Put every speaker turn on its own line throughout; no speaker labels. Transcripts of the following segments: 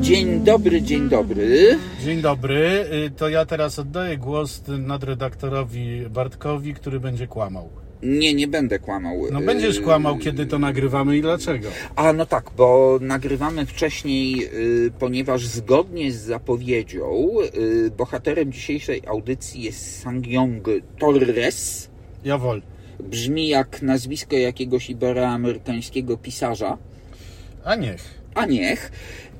Dzień dobry, dzień dobry.
Dzień dobry, Y, to ja teraz oddaję głos nadredaktorowi Bartkowi, który będzie kłamał.
Nie, nie będę kłamał.
No będziesz
Y,
kłamał, kiedy to nagrywamy i dlaczego.
A no tak, bo nagrywamy wcześniej, y, ponieważ zgodnie z zapowiedzią y, bohaterem dzisiejszej audycji jest Sangyong Torres.
Jawol.
Brzmi jak nazwisko jakiegoś iberoamerykańskiego pisarza.
A niech.
a niech.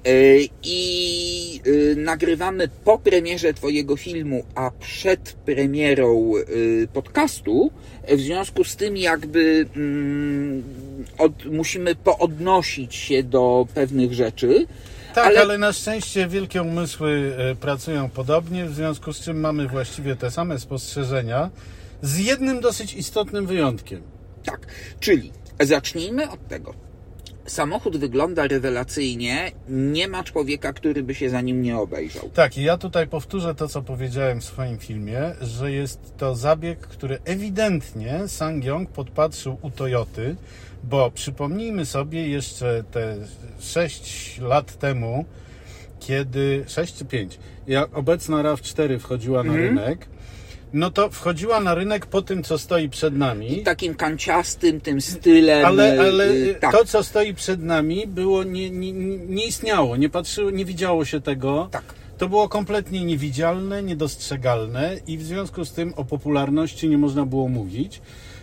Y, I y, nagrywamy po premierze Twojego filmu, a przed premierą y, podcastu. e, W związku z tym, jakby mm, od, musimy poodnosić się do pewnych rzeczy.
Tak,
Ale-
ale... na szczęście wielkie umysły e, pracują podobnie, w związku z czym mamy właściwie te same spostrzeżenia, z jednym dosyć istotnym wyjątkiem.
Tak, czyli zacznijmy od tego. Samochód wygląda rewelacyjnie, nie ma człowieka, który by się za nim nie obejrzał.
Tak, i ja tutaj powtórzę to, co powiedziałem w swoim filmie, że jest to zabieg, który ewidentnie Sang Yong podpatrzył u Toyoty, bo przypomnijmy sobie jeszcze te 6 lat temu, kiedy 6 czy 5, jak obecna RAV4 wchodziła na rynek, no to wchodziła na rynek po tym, co stoi przed nami.
Takim kanciastym, tym stylem.
Ale,
y,
ale
y, tak.
to, co stoi przed nami, było nie, nie, nie istniało, nie patrzyło, nie widziało się tego.
Tak.
To było kompletnie niewidzialne, niedostrzegalne i w związku z tym o popularności nie można było mówić,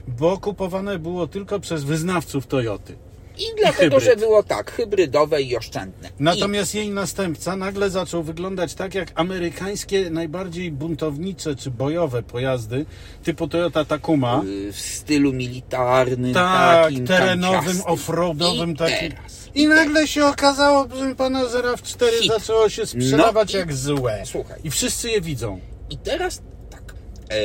bo kupowane było tylko przez wyznawców Toyoty.
I dlatego,
hybryd.
że było tak, hybrydowe i oszczędne.
Natomiast jej następca nagle zaczął wyglądać tak jak amerykańskie najbardziej buntownicze czy bojowe pojazdy typu Toyota Takuma.
I, y, w stylu militarnym,
Tak,
takim
terenowym,
kanciastym.
offroadowym
I
takim.
Teraz.
I nagle się okazało, proszę pana, że RAV4
Hit.
zaczęło się sprzedawać
No i-
jak złe.
Słuchaj.
I wszyscy je widzą.
I teraz tak. e,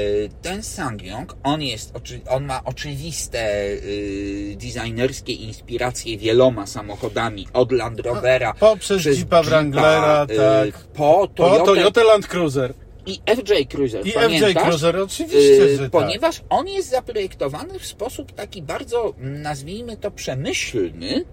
Ten Sangyong, on jest, oczy- on ma oczywiste y, designerskie inspiracje wieloma samochodami, od Land Rovera,
Poprzez
przez
Jeepa Wranglera,
y,
tak.
po Toyota,
O, Toyota Land Cruiser.
i FJ Cruiser,
I
pamiętasz?
FJ Cruiser, oczywiście,
Yy,
że tak.
ponieważ on jest zaprojektowany w sposób taki bardzo, mm, nazwijmy to, przemyślny,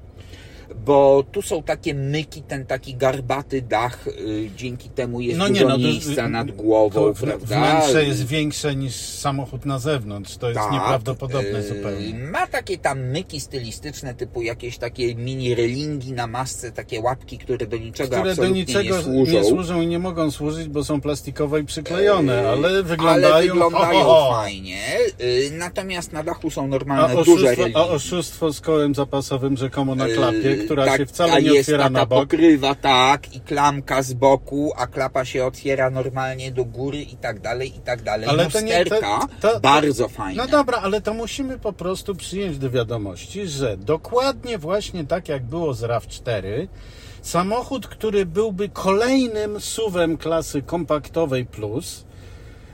bo tu są takie myki, ten taki garbaty dach, yy, dzięki temu jest
No nie,
dużo
no to-
miejsca nad głową,
To w-
prawda? y-
Wnętrze jest większe niż samochód na zewnątrz. To jest
Tak,
nieprawdopodobne
yy,
zupełnie.
Ma takie tam myki stylistyczne, typu jakieś takie mini relingi na masce, takie łapki, które do niczego
Które do
absolutnie
niczego
nie służą.
i nie mogą służyć, bo są plastikowe i przyklejone, ale wyglądają,
Y, Mm, Ale wyglądają
ho, ho, ho.
fajnie. Yy, Natomiast na dachu są
A
normalne duże
oszustwo,
relingi.
a oszustwo z kołem zapasowym rzekomo na klapie,
Yy,
która
tak,
się wcale
a
nie
jest
otwiera
taka
na bok.
pokrywa, tak, i klamka z boku, a klapa się otwiera normalnie do góry i tak dalej, i tak dalej.
Ale to nie-
Lusterka,
to- to-
bardzo fajne.
No dobra, ale to musimy po prostu przyjąć do wiadomości, że dokładnie właśnie tak jak było z RAV4, samochód, który byłby kolejnym suwem klasy kompaktowej plus,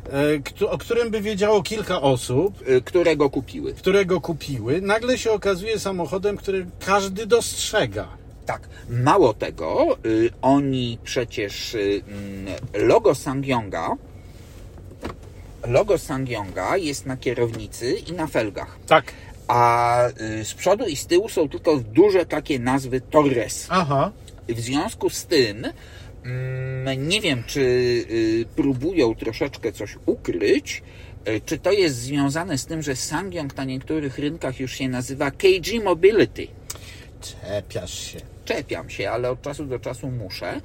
e, kto- o którym by wiedziało kilka osób,
Yy, Którego kupiły.
którego kupiły, nagle się okazuje samochodem, który każdy dostrzega.
Tak, mało tego, y, oni przecież y, mm, logo Sangyonga logo Sangyonga jest na kierownicy i na felgach.
Tak.
A y, z przodu i z tyłu są tylko duże takie nazwy Torres.
Aha.
W związku z tym mm, nie wiem, czy y, próbują troszeczkę coś ukryć. y, Czy to jest związane z tym, że Sangyong na niektórych rynkach już się nazywa KG Mobility?
Czepiasz się.
czepiam się, ale od czasu do czasu muszę.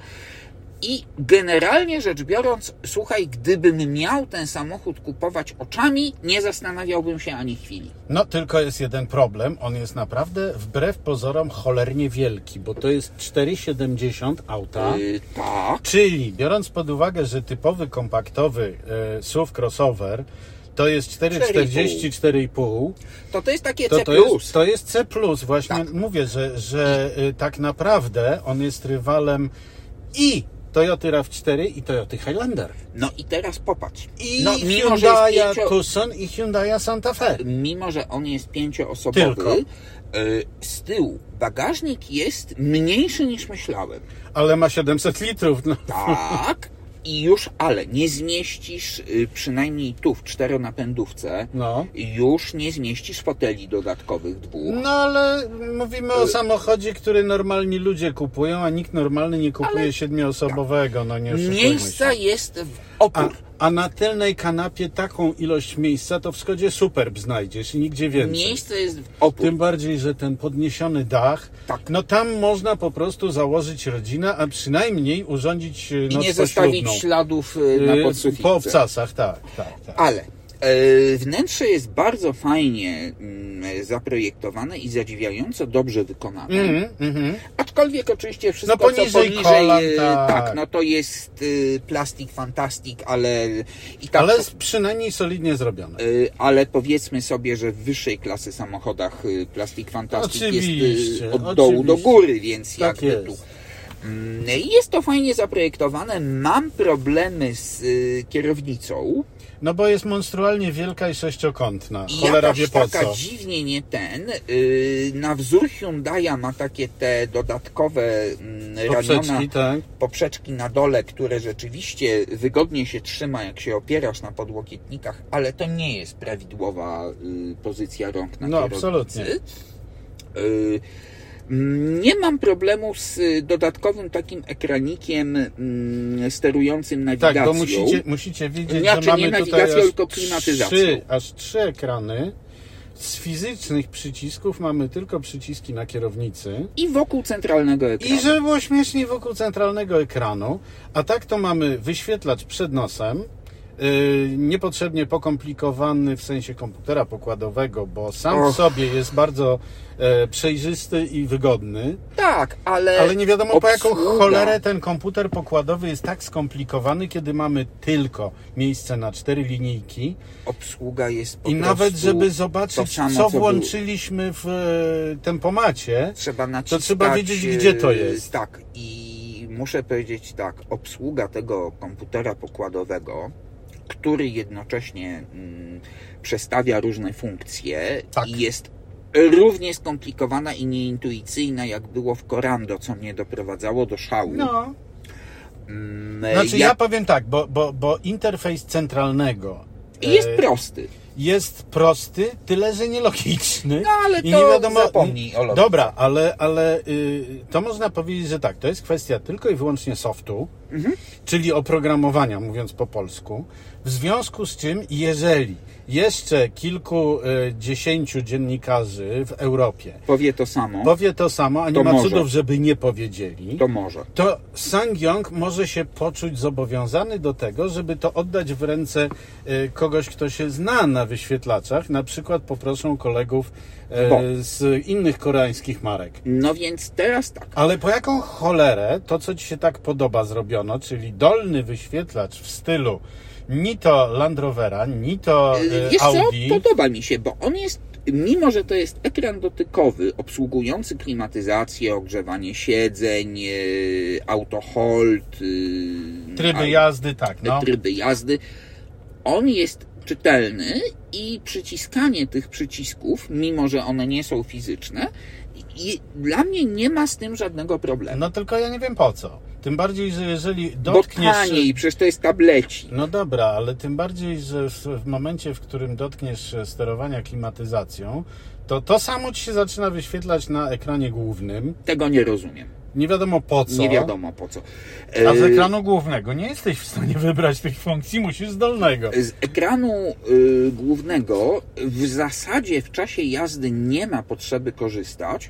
I generalnie rzecz biorąc, słuchaj, gdybym miał ten samochód kupować oczami, nie zastanawiałbym się ani chwili.
No, tylko jest jeden problem. On jest naprawdę wbrew pozorom cholernie wielki, bo to jest 4,70 auta.
Yy, tak,
Czyli biorąc pod uwagę, że typowy kompaktowy e, SUV crossover to jest 4,44,5,
to to jest takie
to,
C+. Tak.
to, jest, to jest C. Właśnie mówię, że, że e, tak naprawdę on jest rywalem i Toyota RAV4 i Toyota Highlander.
No i teraz popatrz.
I
no, mimo, że
Hyundai
jest pięcio...
Tucson i Hyundai Santa Fe.
mimo, że on jest pięcioosobowy,
Tylko.
yy, z tyłu bagażnik jest mniejszy niż myślałem.
Ale ma 700 litrów. No.
Tak, i już, ale nie zmieścisz, y, przynajmniej tu w czteronapędówce,
No.
już nie zmieścisz foteli dodatkowych dwóch.
No ale mówimy
Y-
o samochodzie, który normalni ludzie kupują, a nikt normalny nie kupuje siedmioosobowego, no nie oszukujmy się.
Miejsca jest w
A,
opór.
a na tylnej kanapie taką ilość miejsca to w Skodzie Superb znajdziesz i nigdzie więcej.
Miejsce jest w opór.
Tym bardziej, że ten podniesiony dach,
Tak.
no tam można po prostu założyć rodzinę, a przynajmniej urządzić y,
I
noc
nie zostawić
poślubną.
śladów y, na
Y, Po
podsuficie.
obcasach, tak, tak, tak.
Ale e, wnętrze jest bardzo fajnie mm, zaprojektowane i zadziwiająco dobrze wykonane.
Mhm, mhm.
Aczkolwiek oczywiście wszystko,
No poniżej
co poniżej,
kolan,
e,
tak.
tak, no to jest e, plastik, fantastik, ale i tak,
Ale jest przynajmniej solidnie zrobione.
e, ale powiedzmy sobie, że w wyższej klasy samochodach e, plastik, fantastik jest e,
Oczywiście,
od dołu do
oczywiście.
góry, więc
Tak
jakby tu.
jest.
Mm, Jest to fajnie zaprojektowane. Mam problemy z e, kierownicą.
No bo jest monstrualnie wielka i sześciokątna.
I
Cholera
jakaś
wie po
taka
co.
dziwnie nie ten. Yy, na wzór Hyundai'a ma takie te dodatkowe yy, ramiona,
Poprzeczki, tak.
poprzeczki na dole, które rzeczywiście wygodnie się trzyma, jak się opierasz na podłokietnikach, ale to nie jest prawidłowa yy, pozycja rąk na
No,
kierownicy.
absolutnie.
Yy, mm, nie mam problemu z y, dodatkowym takim ekranikiem mm, sterującym nawigacją.
Tak, bo musicie, musicie wiedzieć,
Znaczy, nie
że mamy
nawigacją,
tutaj aż
tylko klimatyzacją.
trzy, aż trzy ekrany. Z fizycznych przycisków mamy tylko przyciski na kierownicy.
I wokół centralnego ekranu.
I żeby było śmieszniej wokół centralnego ekranu, a tak to mamy wyświetlacz przed nosem, yy, niepotrzebnie pokomplikowany w sensie komputera pokładowego, bo sam
Och.
w sobie jest bardzo e, przejrzysty i wygodny,
Tak, ale...
ale nie wiadomo po jaką
obsługa.
cholerę ten komputer pokładowy jest tak skomplikowany, kiedy mamy tylko miejsce na cztery linijki
obsługa jest po
i
prostu
nawet żeby
to
zobaczyć,
samo,
co
było.
włączyliśmy w e, tempomacie,
Trzeba naciskać,
trzeba wiedzieć, gdzie to
e,
jest.
Tak, i muszę powiedzieć tak, obsługa tego komputera pokładowego, który jednocześnie mm, przestawia różne funkcje
Tak.
i jest równie skomplikowana i nieintuicyjna, jak było w Corando, co mnie doprowadzało do szału.
no,
Mm,
Znaczy ja,
jak-
powiem tak, bo, bo, bo interfejs centralnego
i Jest
e,
prosty.
jest prosty, tyle że nielogiczny.
No ale
I
to
nie wiadomo,
zapomnij o logice.
Dobra, ale, ale y, to można powiedzieć, że tak, to jest kwestia tylko i wyłącznie softu,
Mhm.
czyli oprogramowania, mówiąc po polsku. W związku z czym, jeżeli jeszcze kilkudziesięciu dziennikarzy w Europie
Powie to samo,
powie to samo, a nie
To
ma
może.
cudów, żeby nie powiedzieli,
to może.
to Sang Yong może się poczuć zobowiązany do tego, żeby to oddać w ręce e, kogoś, kto się zna na wyświetlaczach. Na przykład poproszą kolegów e,
Bo.
z innych koreańskich marek.
No więc teraz tak.
Ale po jaką cholerę to, co ci się tak podoba zrobiono, czyli dolny wyświetlacz w stylu ni to Land Rovera, ni to e,
Wiesz co,
Audi.
podoba mi się, bo on jest, mimo że to jest ekran dotykowy, obsługujący klimatyzację, oggrzewanie siedzeń, e, autohold, e,
Tryby
al-
jazdy, tak, no.
tryby jazdy, on jest czytelny i przyciskanie tych przycisków, mimo że one nie są fizyczne, i dla mnie nie ma z tym żadnego problemu.
No tylko ja nie wiem po co. Tym bardziej, że jeżeli
bo
No, dotkniesz...
taniej, przecież to jest tableci.
No dobra, ale tym bardziej, że w, w momencie, w którym dotkniesz e, sterowania klimatyzacją, to to samo ci się zaczyna wyświetlać na ekranie głównym.
Tego nie rozumiem.
Nie wiadomo po co.
Nie wiadomo po co.
A z
E,
ekranu głównego nie jesteś w stanie wybrać tych funkcji, musisz z dolnego.
Z ekranu y, głównego w zasadzie w czasie jazdy nie ma potrzeby korzystać.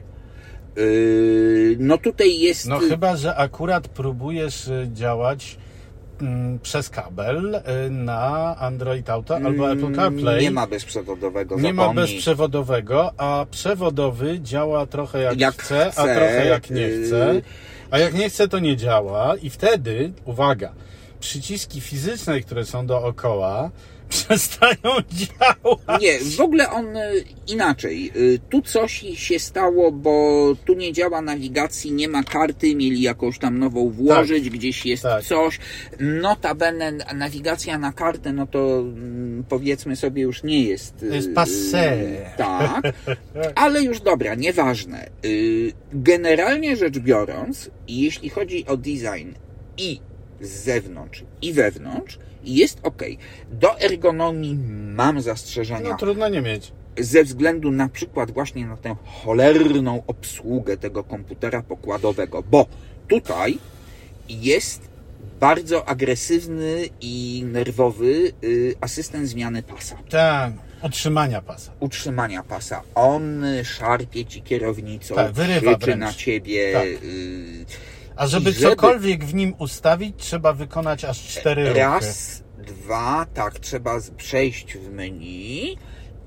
Y, no tutaj jest.
No chyba, że akurat próbujesz e, działać mm, przez kabel e, na Android Auto albo
mm,
Apple CarPlay.
Nie ma bezprzewodowego.
Nie ma
zapomnij.
bezprzewodowego, a przewodowy działa trochę jak,
Jak
chce,
chce,
a trochę jak nie
yy.
chce. A jak nie chce, to nie działa. I wtedy, uwaga, przyciski fizyczne, które są dookoła, przestają działać. No,
Nie, w ogóle on y, inaczej. Y, Tu coś się stało, bo tu nie działa nawigacji, nie ma karty, mieli jakąś tam nową włożyć, gdzieś jest
Tak.
coś. Notabene nawigacja na kartę, no to mm, powiedzmy sobie już nie jest... y,
jest passé.
y, Tak, ale już dobra, nieważne. E, Y, Generalnie rzecz biorąc, jeśli chodzi o design i z zewnątrz i wewnątrz i jest ok. Do ergonomii mam zastrzeżenia
No trudno nie mieć.
ze względu na przykład właśnie na tę cholerną obsługę tego komputera pokładowego, bo tutaj jest bardzo agresywny i nerwowy y, asystent zmiany pasa,
Tak, utrzymania pasa.
utrzymania pasa. On szarpie ci kierownicą,
Tak, wyrywa
krzyczy
wręcz.
na ciebie.
Tak.
y,
A żeby
I żeby-
cokolwiek w nim ustawić, trzeba wykonać aż cztery ruchy.
Raz, dwa, tak, trzeba z- przejść w menu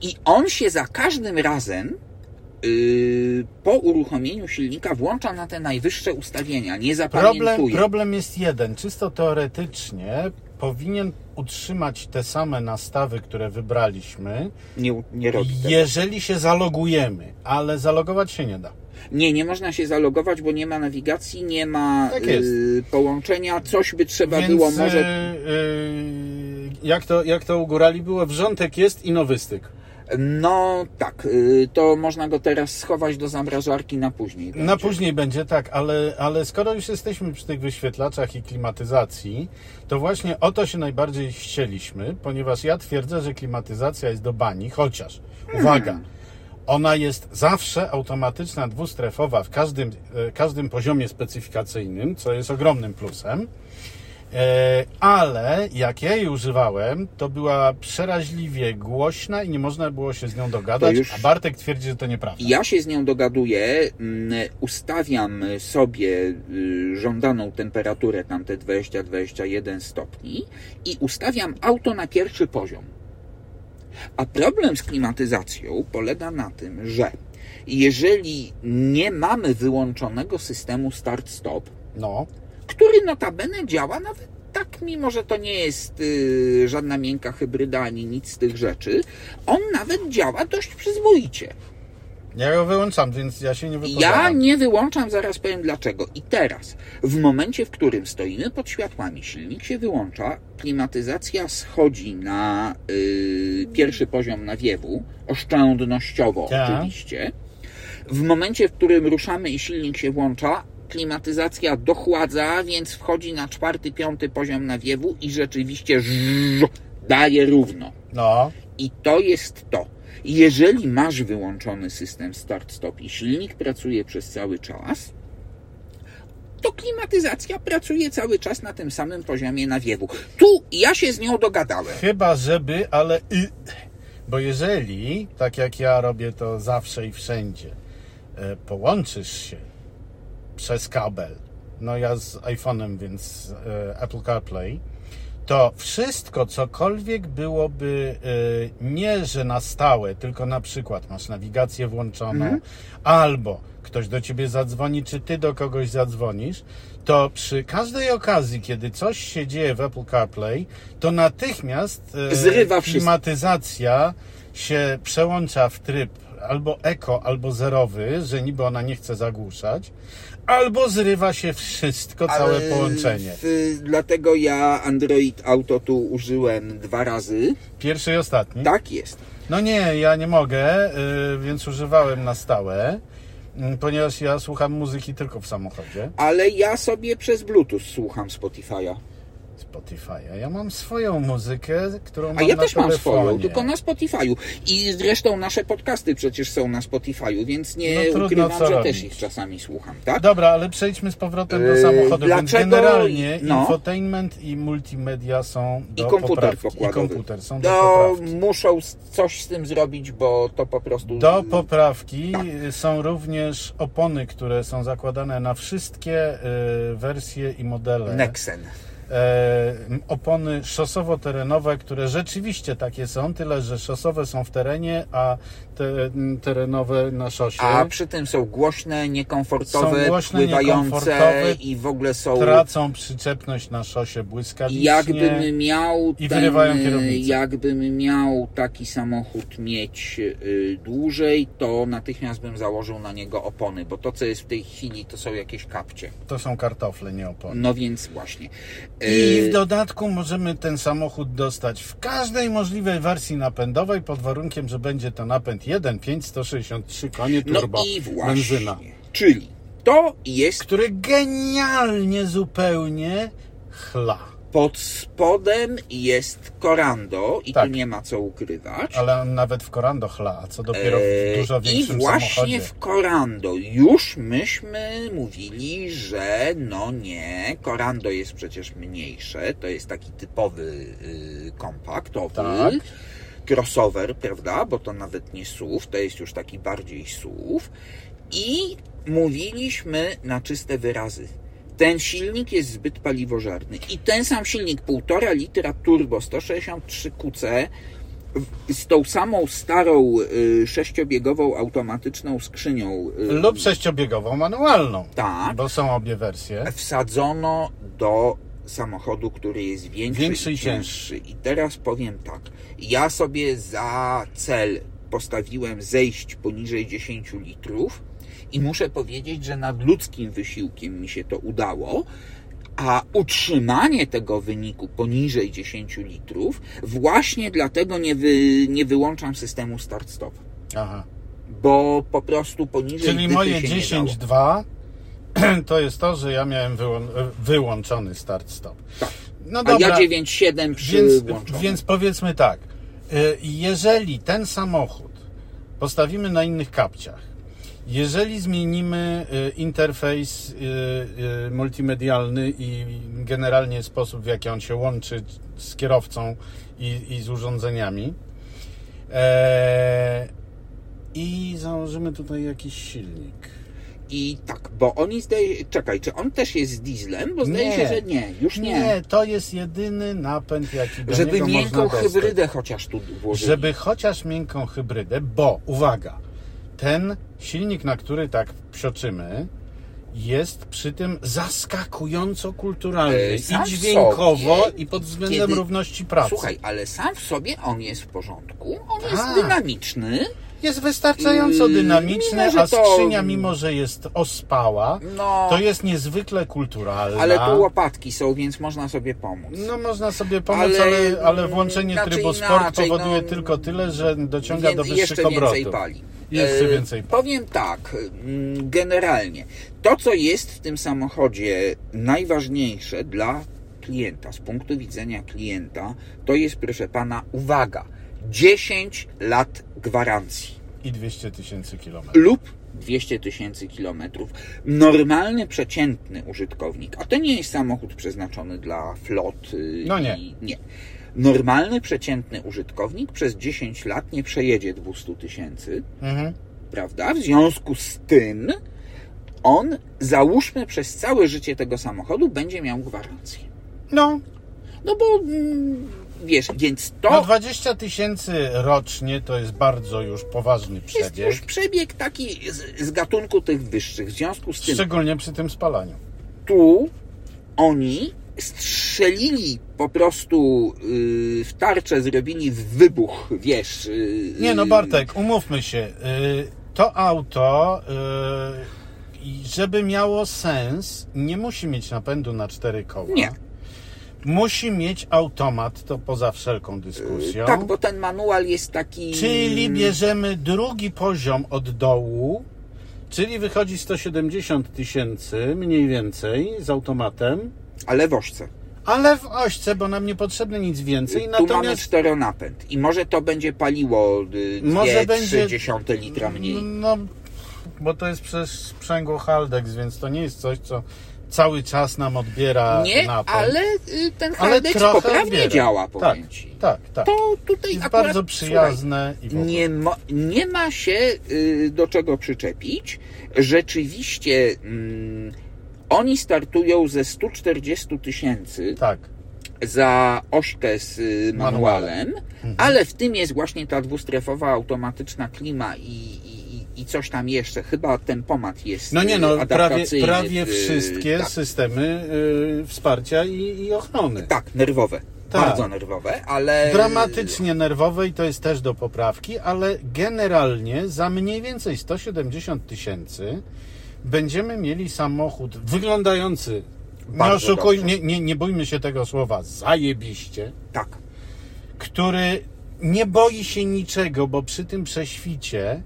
i on się za każdym razem yy, po uruchomieniu silnika włącza na te najwyższe ustawienia, nie zapamiętuje.
Problem, problem jest jeden. Czysto teoretycznie powinien utrzymać te same nastawy, które wybraliśmy,
Nie, u- nie robi tego.
jeżeli się zalogujemy, ale zalogować się nie da.
Nie, nie można się zalogować, bo nie ma nawigacji, nie ma
Tak jest.
yy, połączenia, coś by trzeba
Więc
było może...
y, y, jak, to, jak to u górali było, wrzątek jest i nowy styk.
No tak, yy, to można go teraz schować do zamrażarki na później.
Na później będzie tak, ale, ale skoro już jesteśmy przy tych wyświetlaczach i klimatyzacji, to właśnie o to się najbardziej ścieliśmy, ponieważ ja twierdzę, że klimatyzacja jest do bani, chociaż uwaga,
Mhm.
ona jest zawsze automatyczna, dwustrefowa w każdym, e, każdym poziomie specyfikacyjnym, co jest ogromnym plusem. E, Ale jak ja jej używałem, to była przeraźliwie głośna i nie można było się z nią dogadać,
już-
a Bartek twierdzi, że to nieprawda.
Ja się z nią dogaduję, mm, ustawiam sobie y, żądaną temperaturę, tam te 20-21 stopni i ustawiam auto na pierwszy poziom. A problem z klimatyzacją polega na tym, że jeżeli nie mamy wyłączonego systemu start-stop,
No.
który notabene działa nawet tak, mimo że to nie jest y, żadna miękka hybryda ani nic z tych rzeczy, on nawet działa dość przyzwoicie.
Ja go wyłączam, więc ja się nie wypowiadam.
Ja nie wyłączam, zaraz powiem dlaczego. I teraz, w momencie, w którym stoimy pod światłami, silnik się wyłącza, klimatyzacja schodzi na y, pierwszy poziom nawiewu, oszczędnościowo
Tak.
oczywiście. W momencie, w którym ruszamy i silnik się włącza, klimatyzacja dochładza, więc wchodzi na czwarty, piąty poziom nawiewu i rzeczywiście żrrr, daje równo.
No,
I to jest to. Jeżeli masz wyłączony system start-stop i silnik pracuje przez cały czas, to klimatyzacja pracuje cały czas na tym samym poziomie nawiewu. Tu ja się z nią dogadałem.
chyba żeby, ale... y- Bo jeżeli, tak jak ja robię to zawsze i wszędzie, e, połączysz się przez kabel, no ja z iPhone'em, więc e, Apple CarPlay, to wszystko, cokolwiek byłoby e, nie, że na stałe, tylko na przykład masz nawigację włączoną,
Mhm.
albo ktoś do ciebie zadzwoni, czy ty do kogoś zadzwonisz, to przy każdej okazji, kiedy coś się dzieje w Apple CarPlay, to natychmiast e,
Zrywa wszystko.
klimatyzacja się przełącza w tryb albo eko, albo zerowy, że niby ona nie chce zagłuszać, albo zrywa się wszystko, całe
Ale
połączenie.
w- dlatego ja Android Auto tu użyłem dwa razy.
Pierwszy i ostatni.
Tak jest.
No nie, ja nie mogę, y, więc używałem na stałe, y, ponieważ ja słucham muzyki tylko w samochodzie.
Ale ja sobie przez Bluetooth słucham Spotify'a.
Spotify'a. Ja mam swoją muzykę, którą mam
A ja
na
też mam
telefonie.
swoją, tylko no- na Spotify'u. I zresztą nasze podcasty przecież są na Spotify'u, więc nie
No trudno,
ukrywam,
co
że
robić.
też ich czasami słucham, tak?
Dobra, ale przejdźmy z powrotem do
Yy,
samochodu. Więc
dlaczego-
generalnie
no.
infotainment i multimedia są
I
do
komputer
poprawki. I
pokładowy.
komputer są do
No,
poprawki.
muszą s- coś z tym zrobić, bo to po prostu...
Do poprawki y, są również opony, które są zakładane na wszystkie y, wersje i modele.
Nexen.
E, m, opony szosowo-terenowe, które rzeczywiście takie są, tyle że szosowe są w terenie, a te, m, terenowe na szosie.
A przy tym są głośne, niekomfortowe,
Są głośne,
pływające
niekomfortowe,
i w ogóle są...
Tracą przyczepność na szosie błyskawicznie.
Jakbym miał
i
ten, e,
wyrywają kierownicę.
jakbym miał taki samochód mieć y, dłużej, to natychmiast bym założył na niego opony, bo to co jest w tej chwili to są jakieś kapcie.
To są kartofle, nie opony.
No więc właśnie.
I w
Y,
dodatku możemy ten samochód dostać w każdej możliwej wersji napędowej, pod warunkiem, że będzie to napęd 1.5, 163 konie
no
turbo,
i właśnie.
benzyna.
Czyli to jest
który genialnie zupełnie chla.
Pod spodem jest korando i
Tak.
tu nie ma co ukrywać.
Ale on nawet w Korando chla, a co dopiero w
Eee,
dużo
I
większym
właśnie
samochodzie.
w Korando już myśmy mówili, że no nie, Korando jest przecież mniejsze, to jest taki typowy y, kompaktowy.
Tak.
Crossover, prawda? Bo to nawet nie SUV, to jest już taki bardziej SUV. I mówiliśmy na czyste wyrazy. Ten silnik jest zbyt paliwożerny. I ten sam silnik, 1,5 litra turbo 163 QC, w- z tą samą starą y, sześciobiegową automatyczną skrzynią y,
Lub sześciobiegową manualną.
tak
Bo są obie wersje.
wsadzono do samochodu, który jest większy,
Większy
i
i
cięższy. I teraz powiem tak. Ja sobie za cel postawiłem zejść poniżej 10 litrów i muszę powiedzieć, że nad ludzkim wysiłkiem mi się to udało. A utrzymanie tego wyniku poniżej 10 litrów, właśnie dlatego nie, wy, nie wyłączam systemu start-stop.
Aha.
Bo po prostu poniżej
Czyli
dychy
moje
się nie dało.
10.2 to jest to, że ja miałem wyłą- wyłączony start-stop.
Tak.
No
A
dobra,
ja 9,7
więc,
przyłączony.
więc powiedzmy tak. y, Jeżeli ten samochód postawimy na innych kapciach, jeżeli zmienimy y, interfejs y, y, multimedialny i generalnie sposób, w jaki on się łączy z kierowcą i, i z urządzeniami, e, i założymy tutaj jakiś silnik.
I tak, bo oni zdaje czekaj, czy on też jest z dieslem? Bo zdaje
Nie.
się, że nie, już nie.
Nie, to jest jedyny napęd, jaki do
Żeby
niego można
miękką
dostać.
hybrydę chociaż tu włożyli.
Żeby chociaż miękką hybrydę, bo uwaga, ten silnik, na który tak psioczymy, jest przy tym zaskakująco kulturalny
E, sam
i dźwiękowo,
sobie,
i pod względem
kiedy-
równości pracy.
Słuchaj, ale sam w sobie on jest w porządku, on
Tak.
jest dynamiczny,
jest wystarczająco
Yy,
dynamiczny,
mimo, że
a skrzynia,
to-
mimo że jest ospała,
no,
to jest niezwykle kulturalna.
ale tu łopatki są, więc można sobie pomóc.
No można sobie pomóc,
Ale,
ale, ale,
mm,
włączenie
znaczy
trybu sport
inaczej,
powoduje
no,
tylko tyle, że dociąga
Więc
do wyższych
jeszcze więcej
obrotów.
pali.
Jeszcze
E,
więcej pali.
Powiem tak, mm, generalnie to, co jest w tym samochodzie najważniejsze dla klienta, z punktu widzenia klienta, to jest, proszę pana, uwaga, 10 lat gwarancji
I 200 tysięcy kilometrów.
lub 200 tysięcy kilometrów. Normalny, przeciętny użytkownik, a to nie jest samochód przeznaczony dla flot. y,
No nie.
i- nie. Normalny, przeciętny użytkownik przez 10 lat nie przejedzie 200 tysięcy
Mhm.
prawda? W związku z tym on, załóżmy, przez całe życie tego samochodu będzie miał gwarancję.
No,
No bo mm, wiesz, więc to
no 20 tysięcy rocznie to jest bardzo już poważny
jest już
przebieg.
przebieg taki z, z gatunku tych wyższych. W związku z tym
Szczególnie przy tym spalaniu.
tu oni strzelili po prostu yy, w tarczę, zrobili wybuch, wiesz. Yy,
Nie no Bartek, umówmy się. y, To auto, y, i żeby miało sens, nie musi mieć napędu na cztery koła.
Nie.
Musi mieć automat, to poza wszelką dyskusją.
Tak, bo ten manual jest taki.
Czyli bierzemy drugi poziom od dołu, czyli wychodzi 170 tysięcy mniej więcej z automatem,
Ale wożce.
ale w ośce, bo nam niepotrzebne nic więcej.
Tu mamy
natomiast
czteronapęd i może to będzie paliło
Może
2-3
będzie-
dziesiąte litra mniej.
No, bo to jest przez sprzęgło Haldex, więc to nie jest coś, co cały czas nam odbiera
Nie,
napęd.
ale y, ten
Ale
Haldex
trochę
poprawnie
odbiera.
działa,
Tak,
powiem Ci.
tak, tak.
To tutaj
jest
akurat,
bardzo przyjazne i w
Słuchaj,
ogóle.
nie, mo, nie ma się y, do czego przyczepić. Rzeczywiście mm, oni startują ze 140 tysięcy
Tak.
za ośkę z y, manualem,
Mhm.
ale w tym jest właśnie ta dwustrefowa automatyczna klima i, i, i- i coś tam jeszcze. Chyba tempomat jest
No nie
y,
no, prawie,
adaptacyjny
prawie
w- y,
wszystkie
Tak,
systemy y, wsparcia i, i ochrony.
tak nerwowe.
Tak.
Bardzo nerwowe, ale...
Dramatycznie nerwowej to jest też do poprawki, ale generalnie za mniej więcej 170 tysięcy będziemy mieli samochód wyglądający, nie,
Bardzo
oszukuj,
dobrze.
nie, nie, nie bójmy się tego słowa, zajebiście,
Tak.
który nie boi się niczego, bo przy tym prześwicie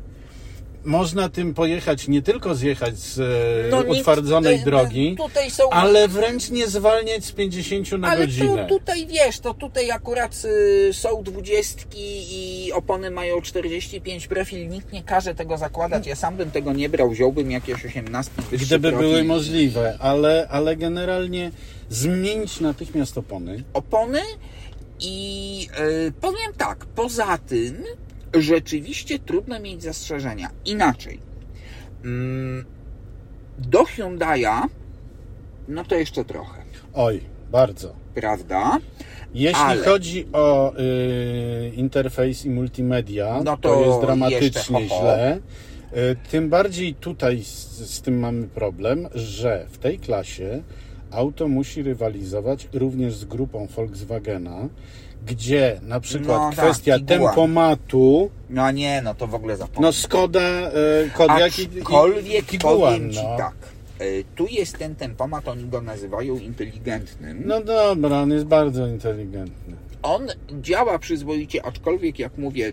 można tym pojechać, nie tylko zjechać z e,
No nic,
utwardzonej
e,
drogi,
Tutaj są
ale wręcz nie zwalniać z 50 na
Ale
godzinę.
tu, tutaj wiesz, to tutaj akurat y, są dwudziestki i opony mają 45 profil, nikt nie każe tego zakładać. Ja sam bym tego nie brał, wziąłbym jakieś 18 wyższy
Gdyby
profil.
były możliwe, ale, ale generalnie zmienić natychmiast opony.
opony i y, powiem tak, poza tym rzeczywiście trudno mieć zastrzeżenia. Inaczej. Mm, do Hyundai'a no to jeszcze trochę,
Oj, bardzo.
prawda?
Jeśli
Ale-
chodzi o y, interfejs i multimedia,
No
to,
to
jest
jeszcze,
dramatycznie
ho, ho.
źle. Y, tym bardziej tutaj z, z tym mamy problem, że w tej klasie auto musi rywalizować również z grupą Volkswagena, gdzie na przykład
No tak,
kwestia
Tiguan.
tempomatu,
No nie, no to w ogóle zapomnę.
no Skoda, y, Kodiaq i- i-
Aczkolwiek
i Tiguan,
powiem Ci
no.
tak. y, Tu jest ten tempomat, oni go nazywają inteligentnym.
No dobra, on jest bardzo inteligentny.
On działa przyzwoicie, aczkolwiek jak mówię,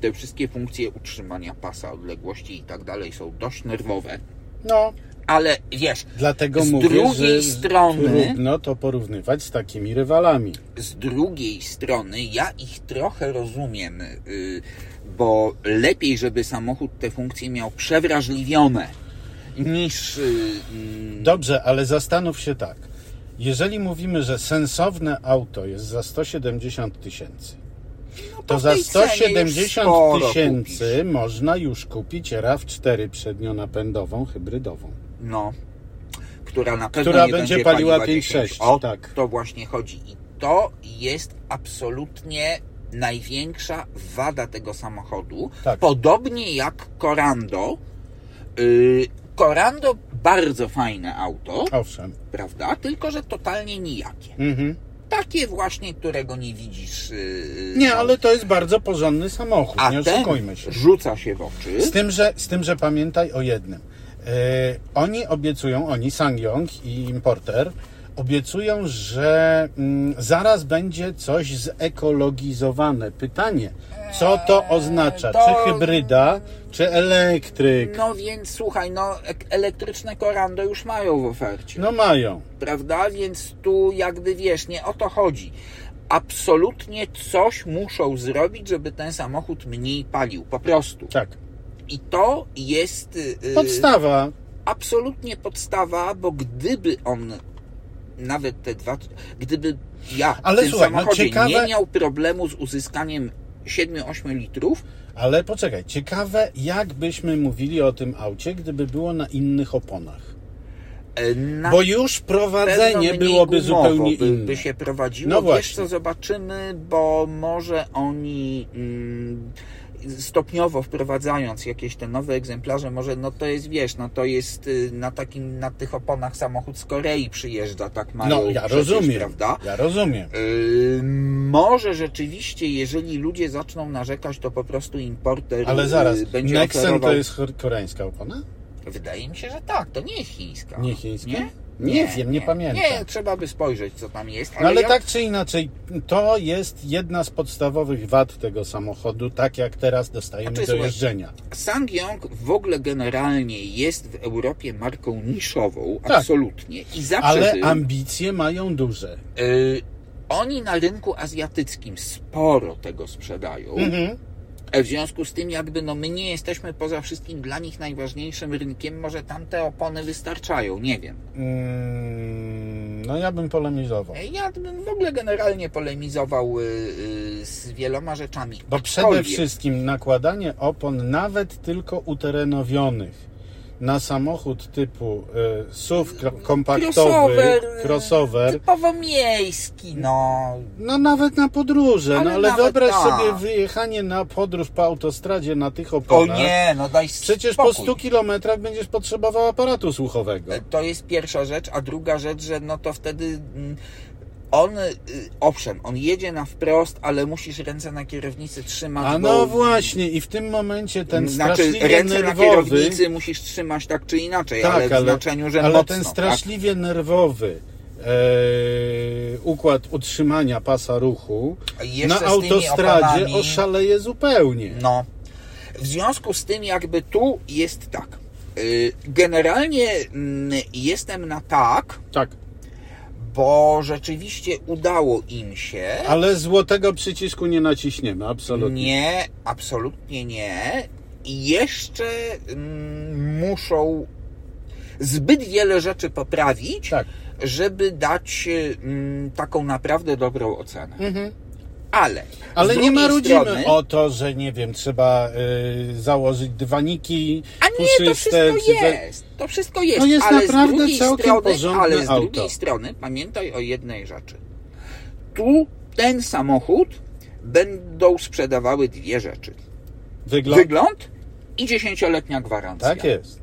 te wszystkie funkcje utrzymania pasa, odległości i tak dalej są dość nerwowe.
No,
Ale wiesz,
Dlatego
Z
mówię,
drugiej
że
strony-
trudno to porównywać z takimi rywalami.
z drugiej strony ja ich trochę rozumiem, y, bo lepiej, żeby samochód te funkcje miał przewrażliwione niż. y, mm,
Dobrze, ale zastanów się tak. Jeżeli mówimy, że sensowne auto jest za 170 tysięcy, to
no, w
za
tej cenie już
170
sporo
tysięcy można już kupić RAV4 przednionapędową hybrydową.
No. Która na pewno
Która
nie
będzie
będzie
paliła
paliła
5,6,
10. O,
tak.
to właśnie chodzi. I to jest absolutnie największa wada tego samochodu.
Tak.
Podobnie jak Corando. Yy, Corando bardzo fajne auto,
Owszem.
prawda? Tylko, że totalnie nijakie.
Mhm.
Takie właśnie, którego nie widzisz. Yy,
Nie,
no.
ale to jest bardzo porządny samochód,
A
nie
ten
oszukujmy się.
rzuca się w oczy.
Z tym, że, z tym, że pamiętaj o jednym. E, oni obiecują, oni, Sangyong i importer, obiecują, że mm, zaraz będzie coś zekologizowane. Pytanie, co to oznacza?
Eee, to-
Czy hybryda, czy elektryk?
No więc słuchaj, no ek- elektryczne Corando już mają w ofercie.
No mają.
prawda? Więc tu jakby wiesz, nie o to chodzi. Absolutnie coś muszą zrobić, żeby ten samochód mniej palił, po prostu.
Tak.
I to jest y, y,
Podstawa.
absolutnie podstawa, bo gdyby on nawet te dwa, gdyby ja
Ale
w tym
słuchaj, no
samochodzie
ciekawe-
nie miał problemu z uzyskaniem 7-8 litrów,
Ale poczekaj, ciekawe, jak byśmy mówili o tym aucie, gdyby było na innych oponach.
e, na
Bo już
pewno
prowadzenie
mniej
byłoby
gumowo
zupełnie
by,
inne.
by się prowadziło.
No
Wiesz
właśnie.
co, zobaczymy, bo może oni mm, stopniowo wprowadzając jakieś te nowe egzemplarze, może no to jest, wiesz, no to jest y, na takim, na tych oponach samochód z Korei przyjeżdża, tak mają
No, ja
przecież,
rozumiem.
prawda?
Ja rozumiem.
Y, może rzeczywiście, jeżeli ludzie zaczną narzekać, to po prostu importer
Ale zaraz,
y, będzie
Nexen
oferował...
to jest chor- koreańska opona?
Wydaje mi się, że tak, to nie chińska.
Nie chińska?
Nie?
Nie wiem, nie pamiętam.
Nie, trzeba by spojrzeć, co tam jest.
No ale
ja
tak czy inaczej, to jest jedna z podstawowych wad tego samochodu, tak jak teraz
A to
dostajemy
jest
do jeżdżenia.
Sangyong w ogóle generalnie jest w Europie marką niszową,
Tak.
absolutnie. I zawsze
Ale
był.
ambicje mają duże.
Y, oni na rynku azjatyckim sporo tego sprzedają. E,
Mhm.
W związku z tym jakby no my nie jesteśmy poza wszystkim dla nich najważniejszym rynkiem. Może tamte opony wystarczają, nie wiem.
Mm, no ja bym polemizował.
E, Ja bym w ogóle generalnie polemizował y, y, z wieloma rzeczami.
Bo przede
Aczkolwiek-
wszystkim nakładanie opon nawet tylko uterenowionych na samochód typu y, SUV kro- kompaktowy,
Crossover,
crossover
typowo miejski, no.
No nawet na podróże,
Ale
no ale
nawet
wyobraź
tak.
sobie wyjechanie na podróż po autostradzie na tych
O
oponach.
nie, no daj
Przecież
spokój. E,
po 100 kilometrach będziesz potrzebował aparatu słuchowego.
To jest pierwsza rzecz, a druga rzecz, że no to wtedy mm, on, y, owszem, on jedzie na wprost, ale musisz ręce na kierownicy trzymać. bo-
A no właśnie i w tym momencie ten
znaczy,
straszliwie
ręce na
nerwowy,
kierownicy musisz trzymać tak czy inaczej,
Tak,
ale w
ale-
znaczeniu, że
ale
mocno,
ten
tak?
straszliwie nerwowy e, układ utrzymania pasa ruchu
Jeszcze
na
z tymi
autostradzie
oponami-
oszaleje zupełnie.
No. W związku z tym jakby tu jest tak. Y, Generalnie mm, jestem na tak,
Tak.
bo rzeczywiście udało im się.
Ale złotego przycisku nie naciśniemy, absolutnie.
Nie, absolutnie nie. I jeszcze mm, muszą zbyt wiele rzeczy poprawić,
Tak.
żeby dać y, mm, taką naprawdę dobrą ocenę. Ale,
Mhm. Ale
z
nie
drugiej
marudzimy
strony,
o to, że nie wiem, trzeba y, założyć dywaniki
A nie, to wszystko
czy te-
jest. To wszystko jest.
To jest
ale
naprawdę
z drugiej
całkiem
strony,
porządne
Ale z
auto.
drugiej strony pamiętaj o jednej rzeczy. Tu ten samochód będą sprzedawały dwie rzeczy.
Wygląd.
Wygląd i dziesięcioletnia gwarancja.
Tak jest.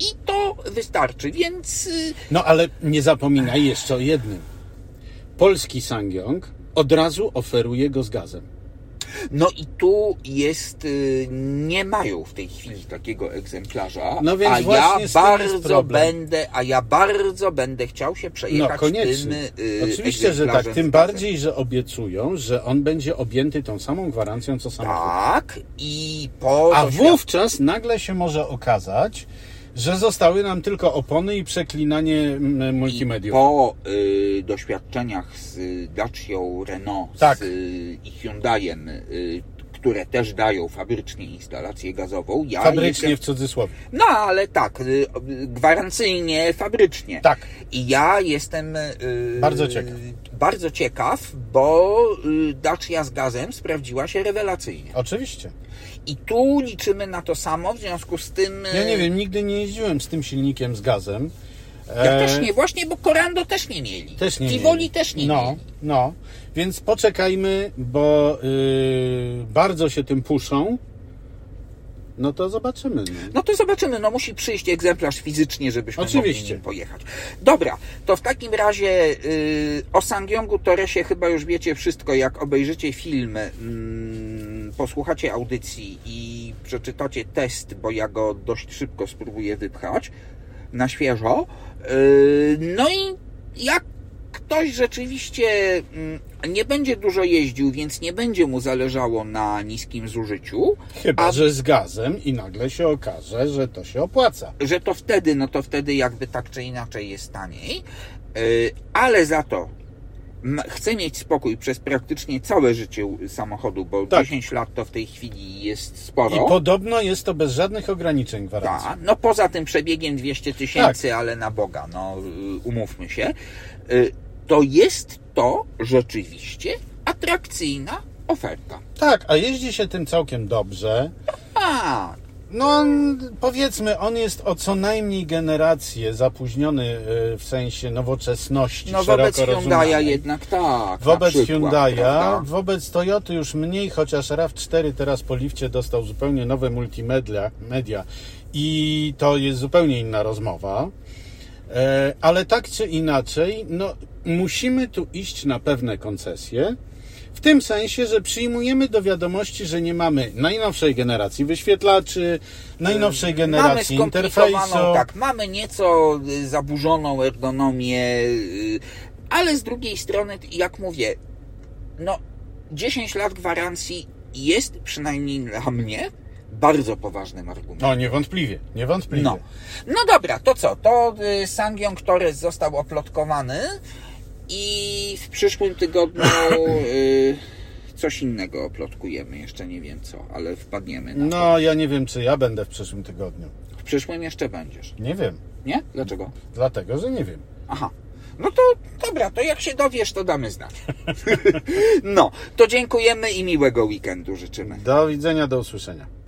I to wystarczy, więc y,
No ale nie zapominaj jeszcze o jednym. Polski Sangyong od razu oferuje go z gazem.
no i tu jest, y, nie mają w tej chwili takiego egzemplarza,
No więc
a ja
właśnie z tym jest
bardzo
problem.
będę, a ja bardzo będę chciał się
No
przejechać tym
koniecznie.
y,
Oczywiście, że tak.
egzemplarzem
Tym
z gazem.
bardziej, że obiecują, że on będzie objęty tą samą gwarancją, co samochód.
Tak, i po.
A
doświad-
wówczas nagle się może okazać, że zostały nam tylko opony i przeklinanie mm,
i
multimediów.
po y, doświadczeniach z Dacią Renault
Tak.
z, y, i Hyundaiem, y, które też dają fabrycznie instalację gazową, ja
Fabrycznie w
Jestem,
cudzysłowie.
no ale tak, y, gwarancyjnie, fabrycznie.
Tak.
I ja jestem y,
Bardzo ciekaw.
bardzo ciekaw, bo y, Dacia z gazem sprawdziła się rewelacyjnie.
Oczywiście.
I tu liczymy na to samo, w związku z tym. y,
Ja nie wiem, nigdy nie jeździłem z tym silnikiem z gazem.
Ja
E,
też nie, właśnie, bo Korando też nie mieli.
Też nie
Tivoli
mieli.
też nie
No,
mieli.
no. Więc poczekajmy, bo y, bardzo się tym puszą. No to zobaczymy. No.
No to zobaczymy, no musi przyjść egzemplarz fizycznie, żebyśmy mogli
Oczywiście.
nim pojechać. Dobra, to w takim razie yy, o Sangyongu Toresie chyba już wiecie wszystko, jak obejrzycie film, mm, posłuchacie audycji i przeczytacie test, bo ja go dość szybko spróbuję wypchać na świeżo. Yy, no i jak ktoś rzeczywiście mm, nie będzie dużo jeździł, więc nie będzie mu zależało na niskim zużyciu,
Chyba,
A-
że z gazem i nagle się okaże, że to się opłaca.
że to wtedy, no to wtedy jakby tak czy inaczej jest taniej, Yy, ale za to m- chcę mieć spokój przez praktycznie całe życie u- samochodu, bo
Tak.
10 lat to w tej chwili jest
I
sporo.
podobno jest to bez żadnych ograniczeń gwarancji.
Ta, no poza tym przebiegiem 200 tysięcy,
Tak.
ale na Boga, no yy, umówmy się, Yy, to jest to rzeczywiście atrakcyjna oferta.
Tak, a jeździ się tym całkiem dobrze.
A,
No, on, powiedzmy, on jest o co najmniej generację zapóźniony y, w sensie nowoczesności.
no
szeroko
wobec Hyundai'a
rozumianej.
jednak tak. na
Wobec
przykład, prawda?
Hyundai'a, wobec Toyoty już mniej, chociaż RAV4 teraz po lifcie dostał zupełnie nowe multimedia media i to jest zupełnie inna rozmowa. E, Ale tak czy inaczej, no, musimy tu iść na pewne koncesje. W tym sensie, że przyjmujemy do wiadomości, że nie mamy najnowszej generacji wyświetlaczy, najnowszej generacji
E, mamy
interfejsu.
skomplikowaną, Tak, mamy nieco y, zaburzoną ergonomię, y, ale z drugiej strony, jak mówię, no 10 lat gwarancji jest przynajmniej dla mnie bardzo poważnym argumentem.
No, niewątpliwie, niewątpliwie.
No. no dobra, to co? To y, Sangyong Torres został oplotkowany i w przyszłym tygodniu y, coś innego oplotkujemy, jeszcze nie wiem co, ale wpadniemy na to.
No, ja nie wiem, czy ja będę w przyszłym tygodniu.
W przyszłym jeszcze będziesz,
Nie wiem.
nie? Dlaczego?
Dlatego, że nie wiem.
Aha. No to dobra, to jak się dowiesz, to damy znać. no, to dziękujemy i miłego weekendu życzymy.
Do widzenia, do usłyszenia.